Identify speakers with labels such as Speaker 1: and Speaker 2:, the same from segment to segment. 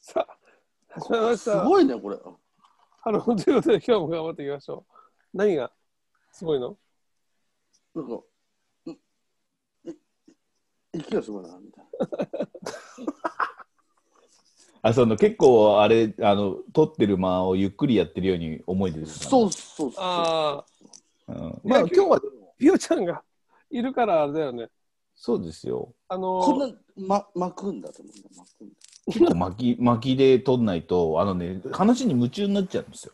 Speaker 1: した。始まりまし
Speaker 2: す
Speaker 1: た。
Speaker 2: ごいね、これ。
Speaker 1: あの、ということで今日も頑張っていきましょう。何がすごいの
Speaker 2: なんか、いい息がすごいな、みたい
Speaker 3: あその結構あれあの撮ってる間をゆっくりやってるように思えてる
Speaker 2: な。
Speaker 3: から
Speaker 2: そうそうそう。
Speaker 1: ああ、
Speaker 3: うん、まあ今日はでも
Speaker 1: ピヨちゃんがいるからあれだよね。
Speaker 3: そうですよ
Speaker 1: あ
Speaker 2: こん
Speaker 1: の、
Speaker 2: な、ま、巻くんだと思うんだ、巻くんだ。
Speaker 3: 結構巻き巻きで撮んないとあのね話に夢中になっちゃうんですよ、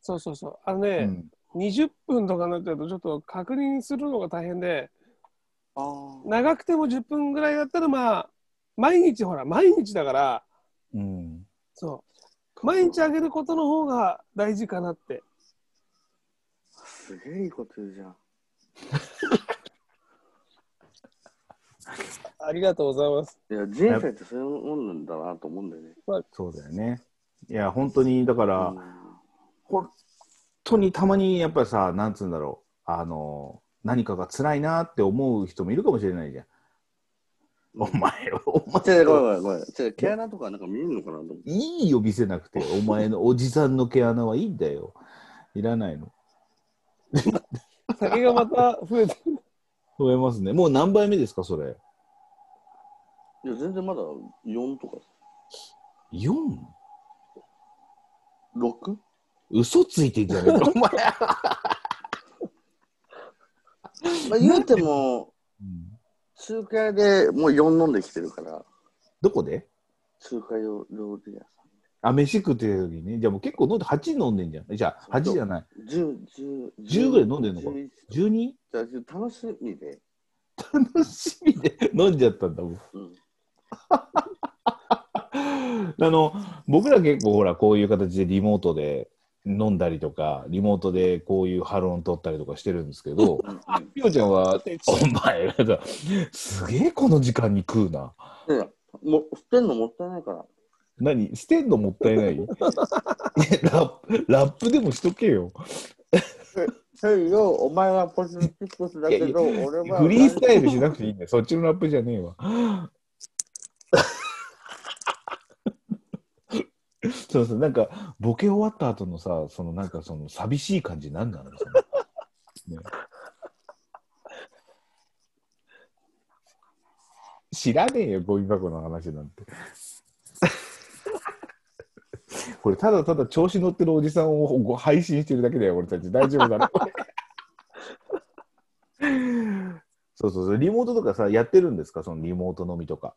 Speaker 1: そうそうそう。あのね、20分とかになっちゃうとちょっと確認するのが大変で、
Speaker 2: ああ。
Speaker 1: 長くても10分ぐらいだったらまあ、毎日ほら、毎日だから、
Speaker 3: うん、うん、
Speaker 1: そう。毎日あげることの方が大事かなって。
Speaker 2: すげえいいこと言うじゃん。
Speaker 1: ありがとうございます。
Speaker 2: いや、人生ってそういうもんなんだなと思うんだよね。
Speaker 3: そうだよねいや本当にだから、
Speaker 2: うん
Speaker 3: 本当にたまにやっぱりさなんつうんだろうあの何かが辛いなって思う人もいるかもしれないじゃんお前お
Speaker 2: 違う違う、
Speaker 3: 前
Speaker 2: ごめんごめんごめん。違う、毛穴とかなんか見えるのかなと思って。
Speaker 3: いいよ見せなくてお前のおじさんの毛穴はいいんだよいらないの
Speaker 1: 酒がまた増えてる。
Speaker 3: 増えますね。もう何杯目ですか、それ。
Speaker 2: いや、全然まだ4とか
Speaker 3: 4?
Speaker 2: 6?
Speaker 3: 嘘ついてんじゃねえか、お前。
Speaker 2: まあ、言うても、中華屋でもう4飲んできてるから、
Speaker 3: どこで
Speaker 2: 中華料理屋さ
Speaker 3: あ、飯食ってる時にね。じゃあもう結構飲んで、8飲んでんじゃん。じゃあ、8じゃない。
Speaker 2: ん。10、10、
Speaker 3: 10ぐらい飲んでんのか 12?
Speaker 2: か楽しみで。
Speaker 3: 楽しみで飲んじゃったん だもん。
Speaker 2: うん。
Speaker 3: あの、僕ら結構ほら、こういう形でリモートで飲んだりとか、リモートでこういうハロン取ったりとかしてるんですけ ど、ピオちゃんは、お前らさ、すげえこの時間に食うな。
Speaker 2: いや、もう捨てんのもったいないから。
Speaker 3: 何捨てんのもったいない いやラップラップでもしとけよ。
Speaker 2: そうよ、お前はポジティブスだけど、俺は。
Speaker 3: フリースタイルしなくていいんだよ。そっちのラップじゃねえ わ。そうそう、なんか、ボケ終わった後のさ、そのなんかその寂しい感じなんなの そのね知らねえよ、ゴミ箱の話なん て。これ、ただただ調子乗ってるおじさんをご配信してるだけだよ、俺たち。大丈夫だな。そうそうそう、リモートとかさ、やってるんですか、そのリモート飲みとか。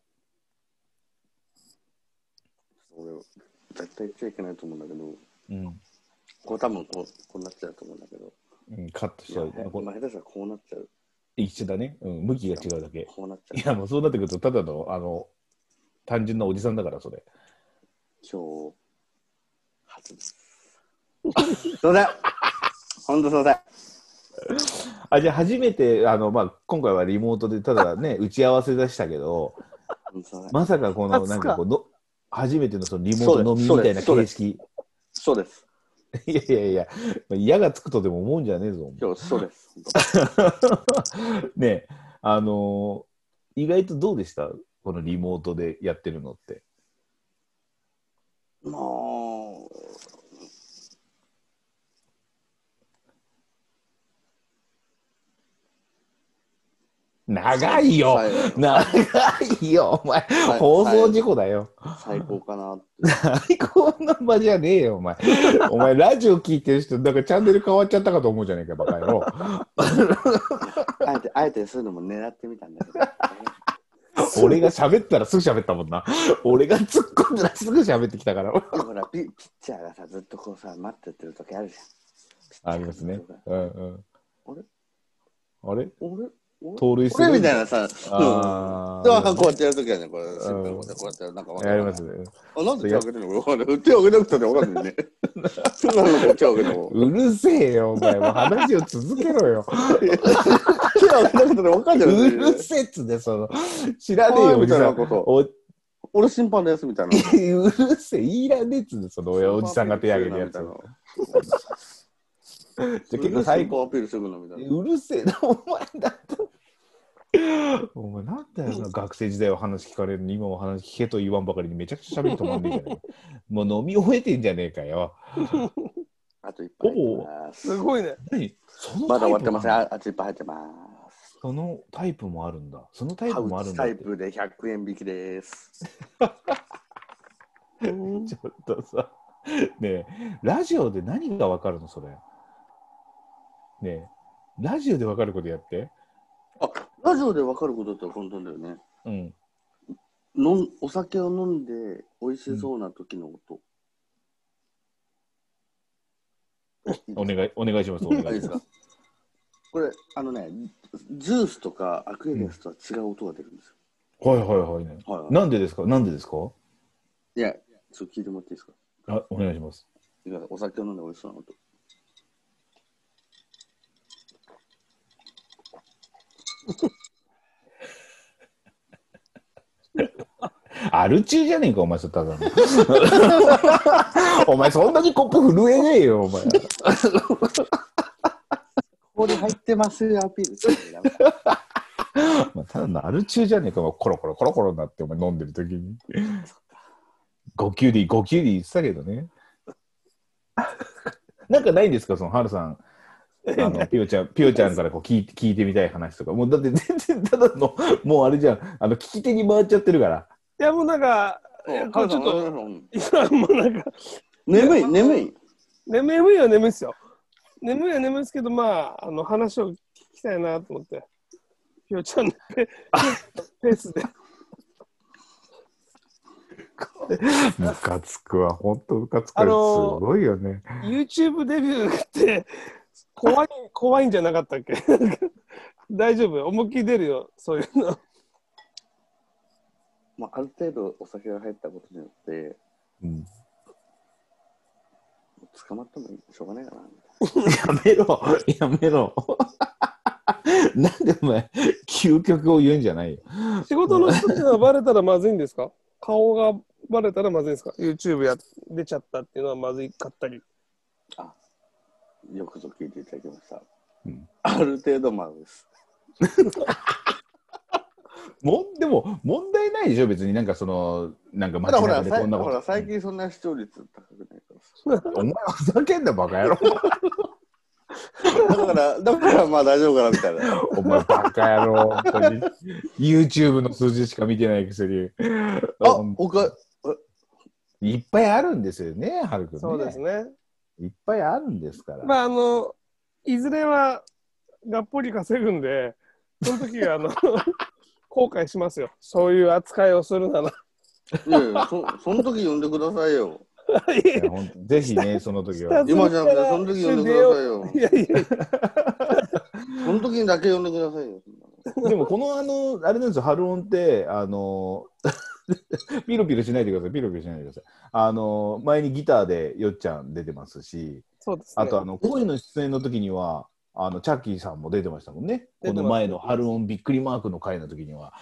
Speaker 2: 俺、絶対言っちゃいけないと思うんだけど、
Speaker 3: うん。
Speaker 2: こう多分こうこうなっちゃうと思うんだけど、
Speaker 3: カットしちゃう。
Speaker 2: いや
Speaker 3: これ
Speaker 2: 下手したらこうなっちゃう。
Speaker 3: 一緒だね、うん。向きが違うだけ。
Speaker 2: こうなっ
Speaker 3: い
Speaker 2: ちゃう。
Speaker 3: や、もうそうなってくると、ただの、あの、単純なおじさんだから、それ。
Speaker 2: 今日、初です。そうだほんとそうだ
Speaker 3: あ、じゃあ初めて、あの、まあ、今回はリモートで、ただ ね、打ち合わせ出したけど、
Speaker 2: ほんとそうだ
Speaker 3: まさかこの、
Speaker 1: 初か
Speaker 3: なんかこうの、初めてのそのリモート飲み
Speaker 2: そう
Speaker 3: みた
Speaker 2: で
Speaker 3: い
Speaker 2: す
Speaker 3: な
Speaker 2: そうで
Speaker 3: 形
Speaker 2: す
Speaker 3: 式。
Speaker 2: そうです。
Speaker 3: いやいやいや、矢がつくとでも思うんじゃねえぞ。お前
Speaker 2: 今日、そうです。ほんと
Speaker 3: ねえあのー意外とどうでしたこのリモートでやってるのって。
Speaker 2: まあ、
Speaker 3: 長いよ
Speaker 2: 最後
Speaker 3: 長いよお前、
Speaker 2: い
Speaker 3: 放送事故だよ。
Speaker 2: 最高かなって。
Speaker 3: 最高の場じゃねえよ、お前。お前、ラジオ聞いてる人、なんかチャンネル変わっちゃったかと思うじゃねえか、バカ野郎。
Speaker 2: あえて、あえてそういうのも狙ってみたんだけど。
Speaker 3: 俺が喋ったらすぐ喋ったもんな。俺が突っ込んだらすぐ喋ってきたから。
Speaker 2: でもほらピ、ピッチャーがさ、ずっとこうさ、待ってってる時あるじゃん。
Speaker 3: ありますね。うんうん。あれ
Speaker 2: 俺俺
Speaker 3: 盗塁す
Speaker 2: 俺
Speaker 3: る
Speaker 2: みたいなさ、
Speaker 3: あ
Speaker 2: うん。
Speaker 3: ー
Speaker 2: でもこうやってやる時はね、これ、
Speaker 3: ん
Speaker 2: シンプルにこうやってやる、なんかわかんな
Speaker 3: や
Speaker 2: い
Speaker 3: ります。ね。
Speaker 2: あ、なんで手を挙げてんの 俺、俺手を挙げなくたってわか んないね。なんでこう手を挙げても。
Speaker 3: うるせえよ、お前。もう話を続けろよ。
Speaker 2: 手を挙げなくたってわかんないうね。
Speaker 3: るせえっつね、その、知らねえよ、お
Speaker 2: み
Speaker 3: じ
Speaker 2: たい
Speaker 3: さ。
Speaker 2: なんこと。
Speaker 3: お
Speaker 2: 俺審判ですみたいな。
Speaker 3: うるせえ、いらねえっつね、そのおじさんが手挙げるやつ。じゃあ結
Speaker 2: 最
Speaker 3: 構最高。
Speaker 2: 高アピールするのみたいな。
Speaker 3: うるせえな、お前だと。お前なんだよな学生時代は話聞かれるのに今も話聞けと言わんばかりにめちゃくちゃ喋り止まんねえじ ゃねえかもう飲み終えてんじゃねえかよ
Speaker 2: あといっぱい入ってます。
Speaker 1: すごいね。
Speaker 3: 何その
Speaker 2: まだ
Speaker 3: タ
Speaker 2: 終
Speaker 3: イプ
Speaker 2: わってません。
Speaker 3: なの
Speaker 2: ああといっぱい入ってます。
Speaker 3: そのタイプもあるんだそのタイ
Speaker 2: ハ
Speaker 3: プもあ
Speaker 2: ウ
Speaker 3: るん
Speaker 2: ス
Speaker 3: だ
Speaker 2: タ
Speaker 3: って
Speaker 2: イプで100円引きです。
Speaker 1: うん
Speaker 3: ちょっとさ ねえラジオで何がわかるのそれねえラジオでわかることやって
Speaker 2: あラジオで分かることって本当だよね。
Speaker 3: うん
Speaker 2: のんお酒を飲んで美味しそうな時の音。
Speaker 3: お願いお願いしますお
Speaker 2: あ
Speaker 3: 願
Speaker 2: い
Speaker 3: い
Speaker 2: いで
Speaker 3: し
Speaker 2: す
Speaker 3: ま
Speaker 2: か
Speaker 3: す
Speaker 2: これあのねジュースとかアクエリアスとは違う音が出るんですよ。
Speaker 3: はいはいはいね
Speaker 2: はいはい
Speaker 3: なんでですかなんでですか
Speaker 2: いやちょっと聞いてもらっていいですか
Speaker 3: あお願いします
Speaker 2: いやお酒を飲んで美味しそうな音。
Speaker 3: アル中じゃねえか、お前、それただの。 お前、そんなにコップ震えねえよ、お前。
Speaker 2: ここに入ってますアピールして る。
Speaker 3: まあ、ただのアル中じゃねえか、お前コロコロコロコロになって、お前飲んでる時に。5キュリー、5キュリー言ってたけどね。なんかないんですか、その、ハルさん。あ のピオちゃん、ピオちゃんからこう聞い聞いてみたい話とか、もうだって全然ただの、もうあれじゃん、あの聞き手に回っちゃってるから。
Speaker 1: いやもうなんか、えこれちょっと今もうなんか、
Speaker 2: 眠い眠い
Speaker 1: 眠い眠いは眠いですよ。眠いは眠いですけど、まあ、あの話を聞きたいなと思って、ひよちゃんのペペースで。
Speaker 3: ムカつくわ、ほんとムカつくわ、
Speaker 1: あのー
Speaker 3: すごいよね。
Speaker 1: YouTube デビューって怖い、怖いんじゃなかったっけ大丈夫思いっきり出るよ、そういうの。
Speaker 2: まあ、ある程度お酒が入ったことによって、
Speaker 3: うん
Speaker 2: もう捕まってもしょうがないかな。
Speaker 3: やめろ、やめろ。 なんでお前、究極を言うんじゃないよ。
Speaker 1: 仕事の人っていうのはバレたらまずいんですか顔がバレたらまずいんですか ?YouTube や出ちゃったっていうのはまずいかったり。
Speaker 2: よくぞ聞いていただきました。
Speaker 3: うん
Speaker 2: ある程度まあです。
Speaker 3: もんでも、問題ないでしょ、別になんかその、なんか
Speaker 2: ほら
Speaker 3: 街
Speaker 2: ほら、
Speaker 3: 中で
Speaker 2: さい
Speaker 3: こんな
Speaker 2: ほ
Speaker 3: こ
Speaker 2: ら
Speaker 3: と。
Speaker 2: 最近そんな視聴率高くないか
Speaker 3: お前ふざけんな、バカ野郎。
Speaker 2: ら。だから、だからまあ大丈夫かなみたい な。
Speaker 3: お前、バカ野郎。本当に YouTube の数字しか見てないくせに。
Speaker 2: あ、
Speaker 3: うん
Speaker 2: おか、
Speaker 3: いっぱいあるんですよね、はるくん、ね。
Speaker 1: そうですね。
Speaker 3: いっぱいあるんですから。
Speaker 1: まあ、あの、いずれはがっぽり稼ぐんで、その時 はあの後悔しますよ。そういう扱いをするなら。
Speaker 2: いやいや、そその時呼んでくださいよ。
Speaker 3: いやほんとぜひね、その時
Speaker 1: 下
Speaker 3: は。
Speaker 2: 今じゃなくて、その時呼んでくださいよ
Speaker 1: い。やいや
Speaker 2: その時にだけ呼んでくださいよ。
Speaker 3: でもこのあの、あれなんですよ、春音って、あの、 ピロピロしないでください、ピロピロしないでください。あの、前にギターでよっちゃん出てますし、
Speaker 1: そうですね。
Speaker 3: あとあの、恋の出演の時には、あの、チャッキーさんも出てましたもんね。
Speaker 1: 出て
Speaker 3: こ
Speaker 1: ます
Speaker 3: の前の春音びっくりマークの回の時には。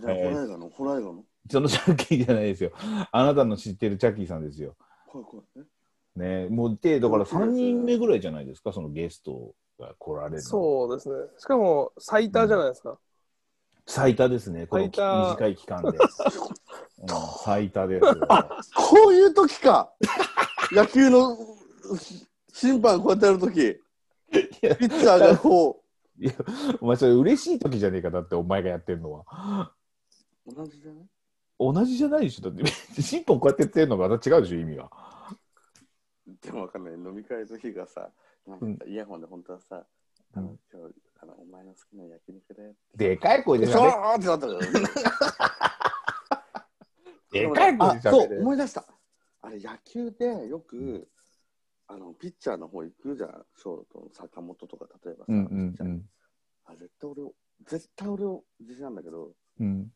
Speaker 2: ホライガの、ホライガの。
Speaker 3: そのチャッキーじゃないですよ。あなたの知ってるチャッキーさんですよ。
Speaker 2: 怖い怖い。
Speaker 3: ね、もうで、だから3人目ぐらいじゃないですか、そのゲストが来られるの。
Speaker 1: そうですね。しかも最多じゃないですか。
Speaker 3: 最多ですね、この
Speaker 1: 最多
Speaker 3: 短い期間で。うん最 多ですよ。
Speaker 2: こういう時 か野球の審判こうやってやる時
Speaker 3: いや
Speaker 2: ピッチャーがこ
Speaker 3: いや、お前それ嬉しい時じゃねえか、だってお前がやってるのは。
Speaker 2: う同じじゃない
Speaker 3: 同じじゃないでしょ、だって、進歩こうやってやってるのがまた違うでしょ、意味が。
Speaker 2: でもわかんない飲み会の日がさなんかイヤホンで本当はさ、あの今日あのお前の好きな焼肉だよ
Speaker 3: でかい声で
Speaker 2: でし
Speaker 3: しゃ
Speaker 2: ょー
Speaker 3: べ
Speaker 2: ってなったけど
Speaker 3: でかい声
Speaker 2: あ
Speaker 3: でしゃ
Speaker 2: そ
Speaker 3: べ
Speaker 2: う
Speaker 3: る。
Speaker 2: 思い出したあれ野球でよくあのピッチャーの方行くじゃんショートの坂本とか例えばさ、
Speaker 3: うん
Speaker 2: ピッチ
Speaker 3: う
Speaker 2: ャー
Speaker 3: ん
Speaker 2: あ絶対俺を絶対俺を自信なんだけど
Speaker 3: うん。うん、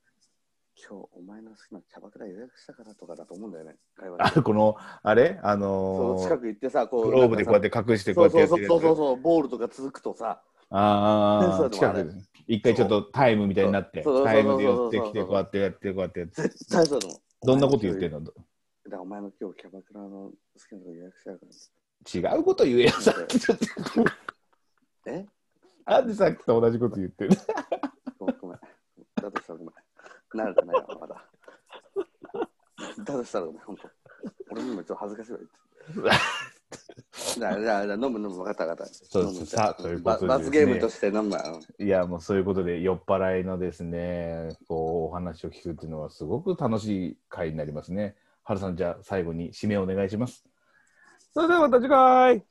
Speaker 2: 今日お前の好きなキャバクラ予約したからとかだと思うんだよね、会話
Speaker 3: あ
Speaker 2: で。
Speaker 3: この、あれあ
Speaker 2: そ
Speaker 3: の
Speaker 2: の
Speaker 3: ー
Speaker 2: 近く行ってさ、こう、
Speaker 3: グローブでこうやっ
Speaker 2: なんか
Speaker 3: て隠し
Speaker 2: さ
Speaker 3: て、こうやってやってるやつ。
Speaker 2: そうそうそうそう、ボールとか続くとさ、
Speaker 3: あ
Speaker 2: そ
Speaker 3: あ、
Speaker 2: うそう
Speaker 3: 近くで。一回ちょっとタイムみたいになって、
Speaker 2: そうそうそう
Speaker 3: タ
Speaker 2: そう
Speaker 3: イムで寄ってきて、
Speaker 2: そうそうそう
Speaker 3: こうやってやって、こうやってやって。
Speaker 2: 絶対そうだと思う。
Speaker 3: どんなこと言ってんの
Speaker 2: だからお前の今日キャバクラの好きなとこ予約したから
Speaker 3: 違うこと言えよ、さっきと。
Speaker 2: え
Speaker 3: なんでさっきと同じこと言ってる
Speaker 2: ごめんごめん。だとしたらごめん。慣れてないわ、まだ。だとしたらごめん、ほんと。俺にもちょっと恥ずかしいわ、 言って。じゃあ、じゃあ、飲む飲む、分かった分かった。
Speaker 3: そう
Speaker 2: 飲む
Speaker 3: さあということで
Speaker 2: ば罰ゲー
Speaker 3: で
Speaker 2: ム
Speaker 3: すね
Speaker 2: として飲むわ。うん
Speaker 3: いや、もうそういうことで、酔っ払いのですね、こう、お話を聞くっていうのは、すごく楽しい回になりますね。はるさん、じゃあ、最後に締めお願いします。
Speaker 1: それではまた次回